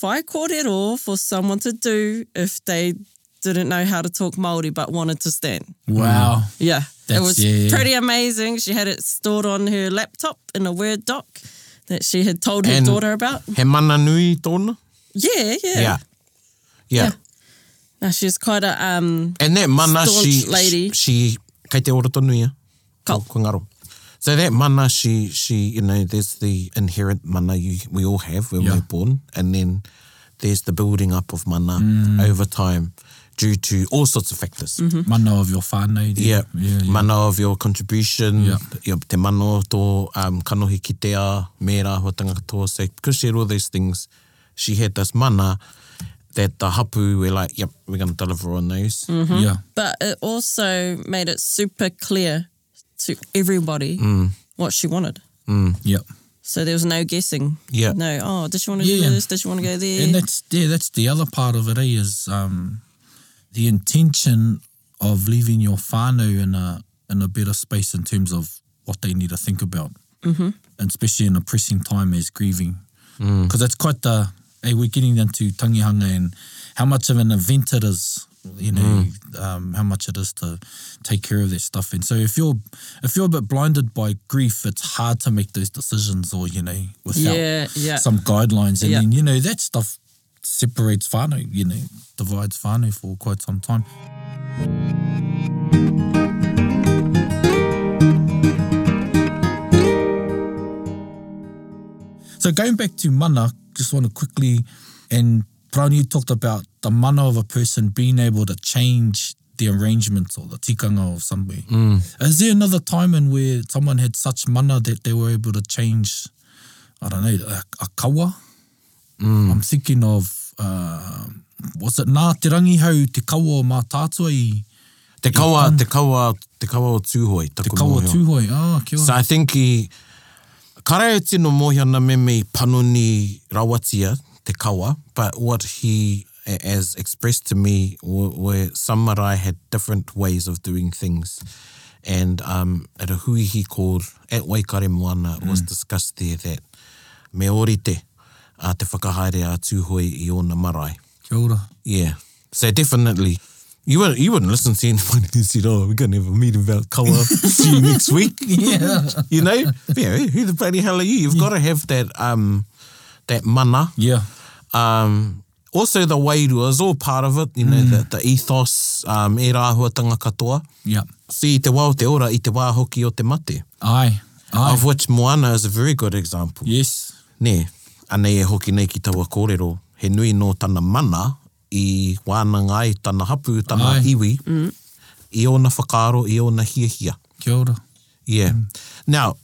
S5: whai kōrero for someone to do if they didn't know how to talk Māori but wanted to stand.
S4: Wow.
S5: Yeah. it
S4: That's-
S5: was
S4: yeah, yeah.
S5: pretty amazing. She had it stored on her laptop in a Word doc that she had told her
S3: And-
S5: daughter about.
S3: He mana nui tōna?
S5: Yeah, yeah.
S3: Yeah. Yeah.
S5: Yeah. Now she's quite a um
S3: And that mana, she,
S5: Staunch lady.
S3: she, she, kei te ora tonu ia,
S5: Ko.
S3: ko ngaro. So that mana, she, she, you know, there's the inherent mana you, we all have when
S4: Yeah.
S3: we're born. And then there's the building up of mana over time due to all sorts of factors.
S5: Mm-hmm.
S4: Mana of your whānau. there.
S3: Yeah.
S4: Yeah, yeah.
S3: Mana of your contribution,
S4: Yeah.
S3: your, te mano tō um, kanohi ki te a, me rā hua tangata katoa. So because she had all these things, she had this mana that the hapu were like, yep, we're going to deliver on those.
S4: Yeah.
S5: but it also made it super clear to everybody
S4: Mm.
S5: what she wanted.
S4: Yeah.
S5: So there was no guessing.
S3: Yeah.
S5: No, oh, did she want to
S4: Yeah.
S5: do this? Did she want to go there?
S4: And that's yeah, that's the other part of it, eh, is um, the intention of leaving your whānau in a in a better space in terms of what they need to think about. Mm-hmm. And especially in a pressing time as grieving. Because that's quite the hey, we're getting into tangihanga and how much of an event it is, you know, um, how much it is to take care of that stuff. And so if you're if you're a bit blinded by grief, it's hard to make those decisions or, you know, without
S5: Yeah, yeah.
S4: some guidelines, and
S5: Yeah.
S4: then you know that stuff separates whānau, you know, divides whānau for quite some time. So going back to mana, just want to quickly, and Brown, you talked about the mana of a person being able to change the arrangements or the tikanga of somebody. Is there another time in where someone had such mana that they were able to change, I don't know, a, a kawa? I'm thinking of, uh, was it Ngā Te Rangi hau te kawa o mā tātua i
S3: Te kawa, te kawa, te kawa o tūhoi.
S4: Mm. te kawa tūhoi? Ah, kia ora.
S3: So I think i karae tino mōhia na me me panuni rawatia, te kawa, but what he a- as expressed to me were, were some marae had different ways of doing things. And um, at a hui he called, at Waikare Moana, it was discussed there that me orite uh, te whakahaere a tūhoi i ona marae.
S4: Kia ora.
S3: Yeah. So definitely, you wouldn't you wouldn't listen to anyone who said, "Oh, we're gonna have a meeting about colour. See you next week."
S4: Yeah.
S3: You know, yeah. Who the bloody hell are you? You've got to have that um, that mana.
S4: Yeah.
S3: Um, also the wairua is all part of it. You know, the, the ethos, um, e rāhuatanga katoa.
S4: Yeah.
S3: So i te wao te ora, i te wā hoki o te mate.
S4: Ai. Ai.
S3: Of which Moana is a very good example.
S4: Yes.
S3: Ne, anei e hoki nei ki taua kōrero, he nui nō tana mana i wānanga ai tana hapu, tana
S4: Ai.
S3: Ai. iwi, mm. i ona whakaaro, i ona hiahia.
S4: Kia ora.
S3: Yeah. Now,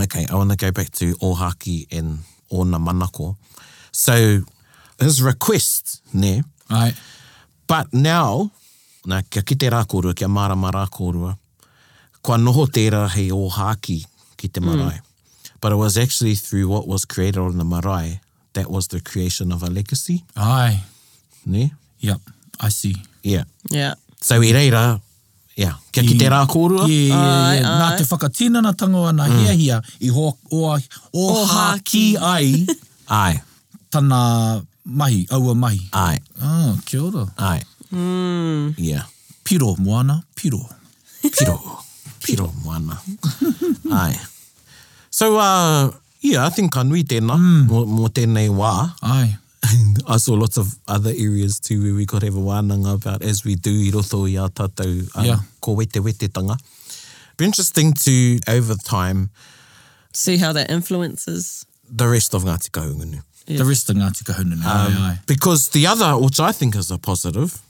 S3: okay, I want to go back to Ohaki and Ona Manako. So, his request, ne,
S4: Ai.
S3: But now, nā kia kite rā kōrua, kia mārama rā kōrua, kua noho tērā hei o hāki ki te marae. But it was actually through what was created on the marae that was the creation of a legacy.
S4: Ai.
S3: Ne?
S4: Yep. I see.
S3: Yeah.
S5: Yeah.
S3: So i reira, yeah, kia kite rā kōrua.
S4: Yeah, yeah,
S5: Ai,
S4: yeah. Nā
S5: ai.
S4: te whakatīnana tangoa nā mm. hiahia i ho, o, o, o
S5: O
S4: hāki
S5: hāki.
S4: ai
S3: Ai,
S4: tana mahi, aua mahi.
S3: ai,
S4: Ah, kia ora.
S3: ai. Mm. Yeah.
S4: Piro, moana, piro.
S3: Piro. Piro <laughs> moana. ai. So, uh, yeah, I think ka nui tēnā mm. mō, mō tēnei wā.
S4: Ai.
S3: And I saw lots of other areas too where we got to have a wānanga about as we do i roto i a tātou um,
S4: Yeah.
S3: ko wete wete tanga. Be interesting to, over time,
S5: See how that influences.
S3: the rest of Ngāti Kahungunu.
S4: Yeah. The rest of Ngāti Kahununu. Um, ai, ai.
S3: Because the other, which I think is a positive,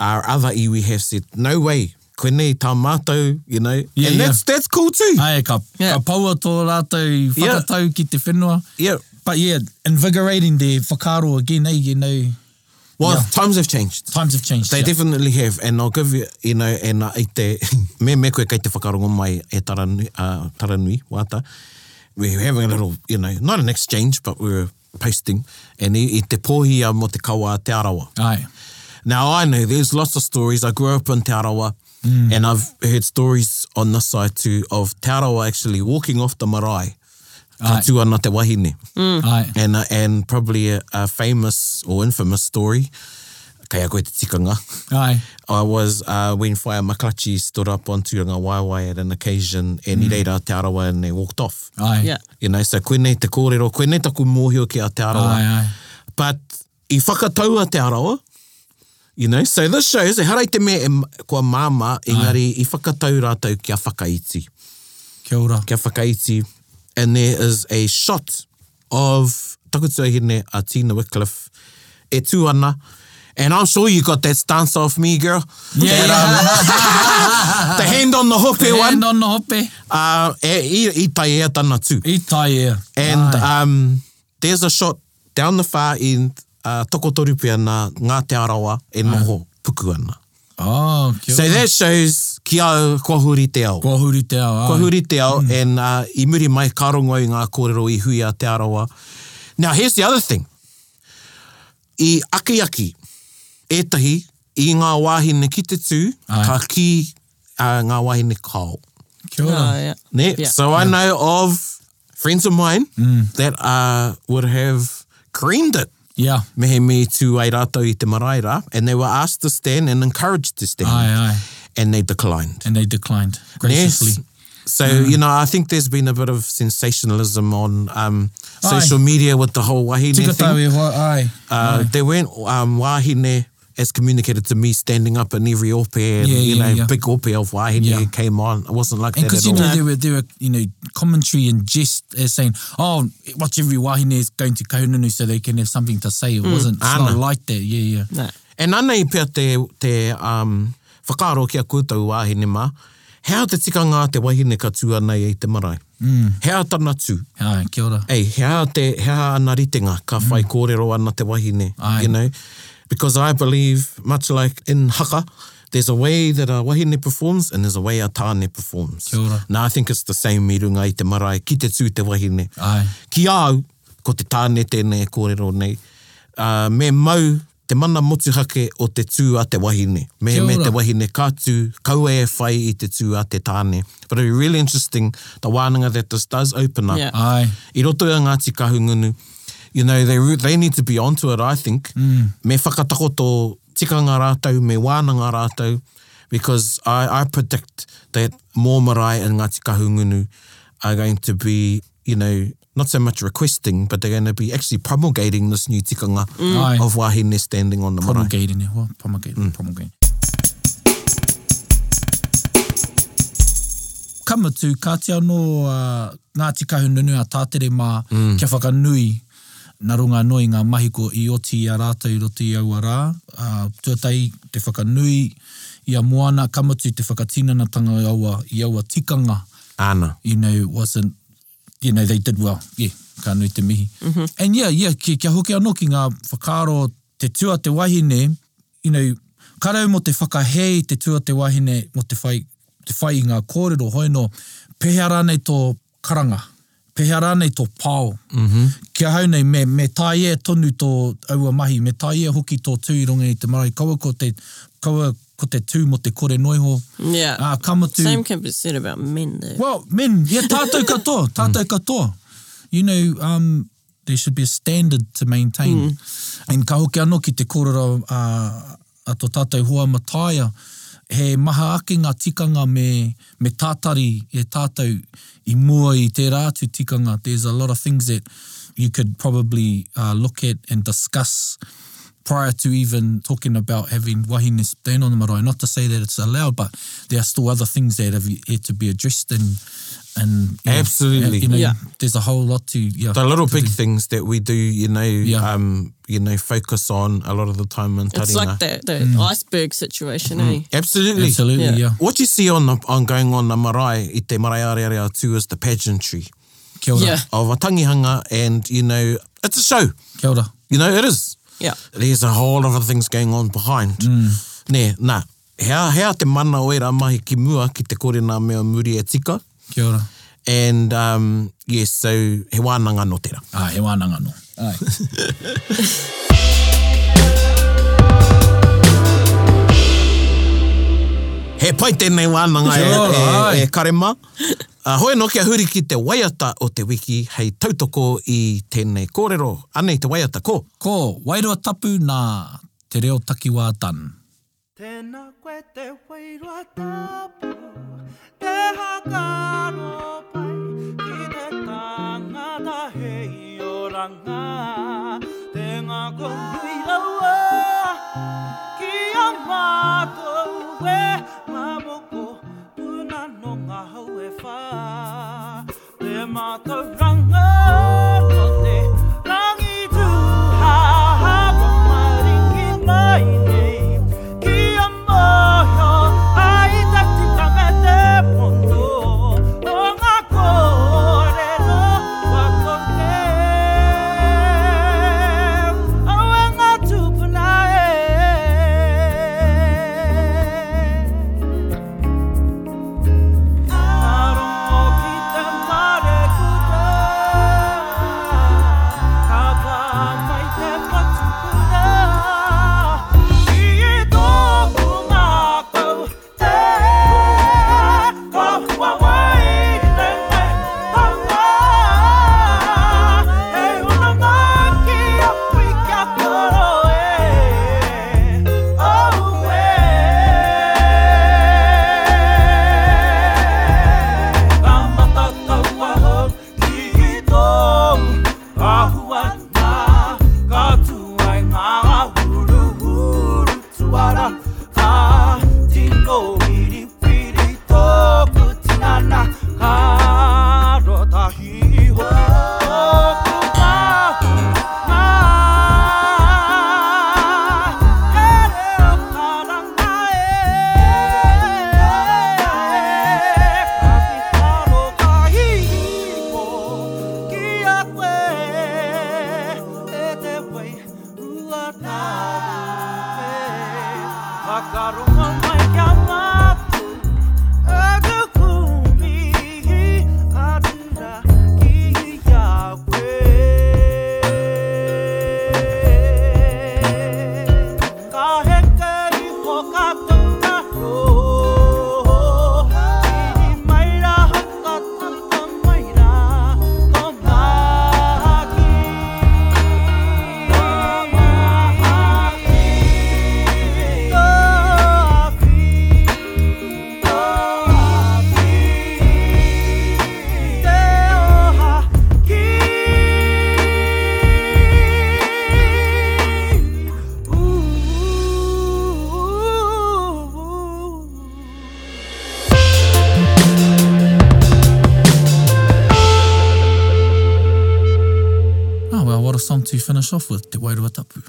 S3: our other iwi have said, no way, koenei tā mātou, you know,
S4: Yeah,
S3: and
S4: yeah.
S3: that's that's cool too.
S4: Ai, ka, yeah.
S5: Yeah.
S4: ka paua tō rātou i
S3: Yeah.
S4: whakatau yeah. ki te whenua.
S3: yeah.
S4: But yeah, invigorating their whakaro again, eh, you know,
S3: Well,
S4: Yeah.
S3: times have changed.
S4: times have changed.
S3: They
S4: yeah.
S3: definitely have, and I'll give you, you know, and uh, i te, <laughs> me me koe kei te whakarongo mai e taranui, uh, taranui wata. We were having a little, you know, not an exchange, but we were posting, and i, i te pōhia mo te kawa te arawa.
S4: Ai.
S3: Now, I know there's lots of stories. I grew up in Te Arawa, and I've heard stories on this side too of Te Arawa actually walking off the marae
S4: Aye.
S3: to tuana te wahine.
S4: Ai.
S3: and uh, and probably a, a famous or infamous story. Kaya koe te tikanga.
S4: Ai.
S3: I was uh, when Fire Makachi stood up on Turinga Waiwai at an occasion and mm. i reira Te Arawa and they walked off.
S4: Ai.
S5: Yeah.
S3: You know, so koe nei te kōrero, koe nei taku mōhio ki a Te Arawa.
S4: Ai, ai.
S3: But i whakataua Te Arawa, you know, so this shows, e harai te me e m- kua māma, engari i whakatau rātou kia whakaiti.
S4: Kia ora.
S3: kia whakaiti. And there is a shot of Takutua Hine a Tina Wycliffe e tū ana. And I'm sure you got that stance off me, girl.
S4: Yeah,
S3: That, uh, um, the hand on the hope
S4: Hand
S3: one.
S4: on Ah. the hope.
S3: Uh, e, i, I tai ea tana tū.
S4: I tai e.
S3: And
S4: Ai.
S3: um, there's a shot down the far end, uh, tokotorupe ana, ngā te arawa, e
S4: Ah.
S3: noho puku ana.
S4: Oh, kia
S3: So
S4: ora.
S3: that shows ki au kua huri te au.
S4: Kua huri te ao.
S3: Kua
S4: ai.
S3: huri te ao,
S4: Mm.
S3: and uh, i muri mai ka rongo i ngā kōrero i hui a te arawa. Now, here's the other thing. I akiaki, etahi, i ngā wāhine ki te tū,
S4: Ai.
S3: ka ki uh, ngā wāhine kao.
S4: Kia ora.
S5: Oh, yeah.
S3: Ne?
S5: Yeah.
S3: So I know of friends of mine
S4: Mm.
S3: that uh, would have creamed it
S4: Yeah.
S3: mehe me tū ai rātou i te marae rā, and they were asked to stand and encouraged to stand,
S4: Ai, ai.
S3: and they declined.
S4: And they declined graciously.
S3: Yes. So,
S4: Mm.
S3: you know, I think there's been a bit of sensationalism on um,
S4: Aye.
S3: social media with the whole wahine
S4: Tika tau
S3: thing.
S4: e hoa, ai.
S3: Uh, They went um, wahine as communicated to me standing up in every ope and,
S4: Yeah,
S3: you
S4: yeah,
S3: know,
S4: yeah.
S3: big ope of Wahine
S4: Yeah.
S3: came on. It wasn't like that
S4: And
S3: at
S4: because you
S3: all.
S4: know there were there were you know commentary and jest as saying, oh, watch every wahine is going to kahununu so they can have something to say. It wasn't it's not
S3: Ana.
S4: like that. Yeah, yeah.
S5: No.
S3: E nānei pia te, te um, whakaaro kia koutou wāhine mā, hea te tikanga te wahine ka tū nei i te marae. Mm. Hea tana tū.
S4: Ai, kia ora.
S3: Ei, hea, te, hea ana ritenga, ka whai kōrero ana te wahine,
S4: Mm. Ai.
S3: you know. Because I believe, much like in haka, there's a way that a wahine performs and there's a way a tāne performs.
S4: Kia ora.
S3: Now I think it's the same i runga i te marae, ki te tū te wahine.
S4: Ai.
S3: Ki au, ko te tāne tēnei e kōrero nei. Uh, me mau te mana motuhake o te tū a te wahine. Me,
S4: Kia
S3: me
S4: ora.
S3: te wahine kātū, kaua e whai i te tū a te tāne. But it'll be really interesting, the wānanga that this does open up.
S5: Yeah.
S4: Ai.
S3: I roto i a Ngāti Kahungunu, you know, they, re- they need to be onto it, I think. Mm. Me whakatakoto tikanga rātou, me wānanga rātou, because I, I predict that more marae and Ngāti Kahungunu are going to be, you know, not so much requesting, but they're going to be actually promulgating this new tikanga
S4: Aye.
S3: of wahine standing on the marae.
S4: Mm. Promulgate in Well, promulgate, promulgate. Kamatu, kā te anō uh, Ngāti Kahununu a tātere mā mm. kia whakanui nā runga noi ngā mahiko i oti i a rātou i roto i au a rā. Uh, tuatai te whakanui i a moana, kamatu te whakatinanatanga i aua, i aua tikanga.
S3: Ana.
S4: you know, wasn't, you know, they did well. Yeah, ka nui te mihi. Mm-hmm.
S5: Mhm.
S4: And yeah, yeah, ki, kia hoki anō ki ngā whakaro te tua te wahine, you know, karau mo te whakahei te tua te wahine mo te whai, te whai i ngā kōrero hoino, pehea rānei tō karanga, pehea rānei tō pāo.
S5: Mhm.
S4: Mm-hmm. Kia hau nei, me, me tai e tonu tō aua mahi, me tai e hoki tō tūronga i te marae, kaua ko te, kaua ko te tū mo te kore noiho.
S5: Yeah.
S4: Uh, kamatu,
S5: Same can be said about men, though.
S4: Well, men, yeah, tātou katoa, tātou katoa. You know, um, there should be a standard to maintain. Mm. And ka hoki anō ki te kōrero uh, a tō tātou hoa mataia, he maha ake ngā tikanga me, me tātari e tātou i mua i te rātu tikanga. There's a lot of things that you could probably uh, look at and discuss prior to even talking about having wahine stand on the marae. Not to say that it's allowed, but there are still other things that have yet to be addressed and and you know,
S3: Absolutely.
S4: you know,
S5: Yeah.
S4: there's a whole lot to yeah.
S3: The little big things that we do, you know,
S4: Mm. Yeah.
S3: um, you know, focus on a lot of the time in Taringa.
S5: It's like the, the
S4: Mm.
S5: iceberg situation, eh?
S3: Absolutely.
S4: Absolutely, yeah.
S5: Yeah.
S4: yeah.
S3: What you see on the, on going on the marae i te marae arearea too is the pageantry
S4: Kia ora.
S5: Yeah.
S3: of a tangihanga and, you know, it's a show.
S4: Kia ora.
S3: You know, it is.
S5: Yeah.
S3: There's a whole lot of things going on behind. Mm. Ne, nā. Hea, hea te mana oera mahi ki mua ki te kore nā mea muri e tika.
S4: Kia ora.
S3: And, um, yes, so he wānanga no tērā.
S4: Ah, he wānanga no. Ai.
S3: He pai tēnei wānanga e,
S4: Kia ora,
S3: e,
S4: ai.
S3: e karema. Uh, hoi no kia huri ki te waiata o te wiki hei tautoko i tēnei kōrero. Anei te waiata ko.
S4: <laughs> Ko, wairua tapu nā te reo takiwā tan.
S6: Tēnā koe te wairua tapu, te hakaro pai, ki te tāngata hei o ranga, te ngā konui aua, ki a mātou e mamoko, tūna no ngā hau e whā, te mātou ranga, ko te rangi tūhā, ko maringi mai nei, ki a mōhio, ai te tikanga te pono, o ngā kōrero, wā kore. Au e ngā e. e Oh. Whakarunga mai kia mātu Aga kumi Atira ki Yahweh Ka hekeri ko katunga roa Kini mai rā hakatata mai rā Ko māki Ko māki
S4: Oh, well, what a song to finish off with, Te Wairua Tapu.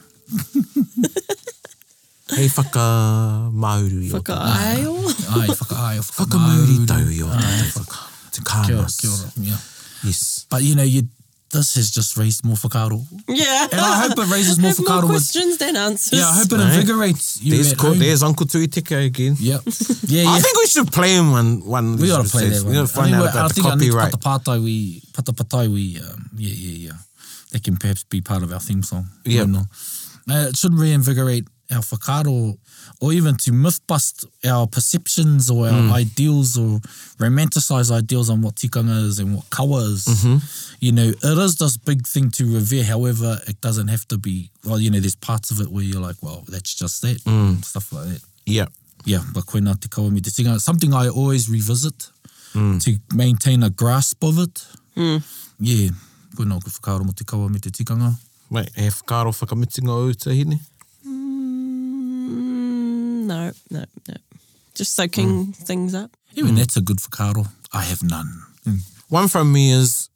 S3: Hei whakamauru i o
S5: Whaka
S3: tā.
S5: aisle.
S4: Ai, whakaai,
S3: Whakamauri
S4: whakamauri.
S3: tau i o tā. Te whaka. Te
S4: Kia ora,
S3: kāmas.
S4: Ah, kia ora, yeah.
S3: Yes.
S4: But, you know, you, this has just raised more whakaro.
S5: <laughs> Yeah.
S4: And I hope it
S5: <laughs>
S4: raises more
S5: Have more
S4: whakaro with...
S5: questions than answers.
S4: Yeah, I hope it
S3: Right.
S4: invigorates you
S3: There's,
S4: at
S3: co-
S4: home.
S3: there's Uncle Tuiteke again. <laughs>
S4: Yep. Yeah, yeah.
S3: I think we should play him one one. of
S4: we
S3: these
S4: gotta play
S3: episodes.
S4: that
S3: We
S4: one.
S3: gotta find
S4: I
S3: out
S4: think we- I
S3: about the
S4: think I
S3: copyright.
S4: need to patapatai we patapatai we um, yeah yeah yeah. That can perhaps be part of our theme song.
S3: Yeah.
S4: Why not? Uh, it should reinvigorate our whakaro or even to myth bust our perceptions or our
S3: Mm.
S4: ideals or romanticize ideals on what tikanga is and what kawa is.
S3: Mm-hmm.
S4: You know, it is this big thing to revere. However, it doesn't have to be, well, you know, there's parts of it where you're like, well, that's just that.
S3: Mm.
S4: Stuff like that.
S3: Yeah,
S4: yeah, but koina te kawa me te tinga. Something I always revisit to maintain a grasp of it. Yeah, koina o ku whakaaro mo te kawa me te tikanga.
S3: mate. He whakaro whakamitinga o utahine.
S5: Mm, <laughs> no, no, no. Just soaking
S4: Mm.
S5: things up.
S4: Even that's a good whakaaro. I have none.
S3: One from me is,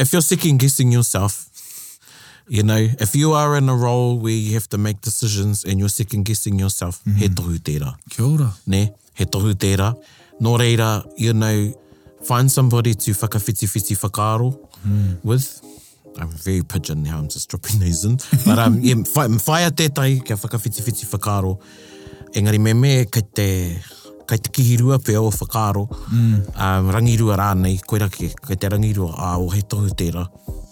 S3: if you're second guessing yourself, you know, if you are in a role where you have to make decisions and you're second guessing yourself,
S4: Mm-hmm.
S3: he tohu tērā.
S4: Kia ora.
S3: ne? He tohu tērā. Nō reira, you know, find somebody to whakawhitiwhiti whakaaro mm. with. I'm very pigeon now, I'm just dropping these in. But um, yeah, wha- whaia tētai kia whakawhitiwhiti whakaaro. Engari me me kei te, kei te kihirua pe o whakaaro, mm. um, rangirua rānei, koirake, kei te rangirua a o he tohu tērā.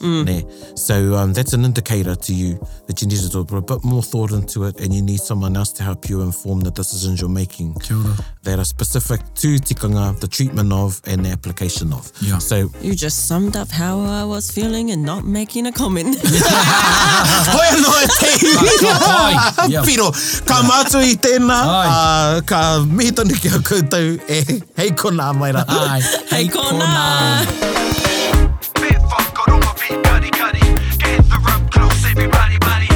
S3: Mm. Ne? So um, that's an indicator to you that you need to put a bit more thought into it and you need someone else to help you inform the decisions you're making
S4: Kia ora.
S3: that are specific to tikanga, the treatment of and the application of.
S4: Yeah.
S3: So
S5: You just summed up how I was feeling and not making a comment. <laughs>
S3: Hoia noa e te
S4: Kia pai. Yeah.
S3: Piro, ka mātou i tēnā,
S4: Ai.
S3: uh, ka mihi tonu ki a koutou, e hei kona mai rā.
S4: <laughs> Ai,
S5: hey, Connor.
S1: Bit fuck on my feet, cutty cutty. Gather up close, everybody, buddy.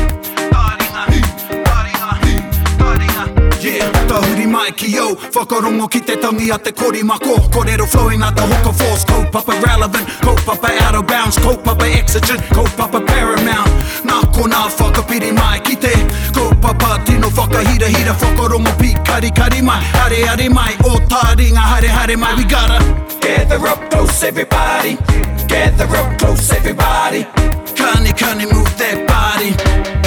S1: Darling, uh, darling, uh, darling, uh. Yeah, tahuri mai ki yo Whakarongo ki te tangi a te kori mako Korero flowing a te hoka force Kaupapa relevant, kaupapa out of bounds Kaupapa exigent, kaupapa paramount Nā ko nā whakapiri mai ki te Kaupapa tino whakahira hira Whakarongo pi kari kari mai Hare hare mai, o tā ringa hare hare mai We gotta
S2: Gather up close, everybody. Gather up close, everybody.
S1: Kani kani move that body.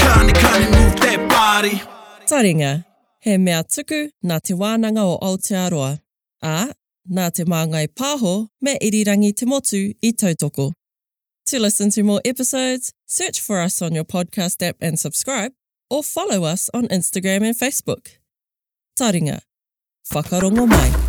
S1: Kani kani move that body.
S5: Taringa, he mea tuku nā te wānanga o Aotearoa, ā, nā te māngai pāho me irirangi te motu i tautoko. To listen to more episodes, search for us on your podcast app and subscribe, or follow us on Instagram and Facebook. Taringa, whakarongo mai.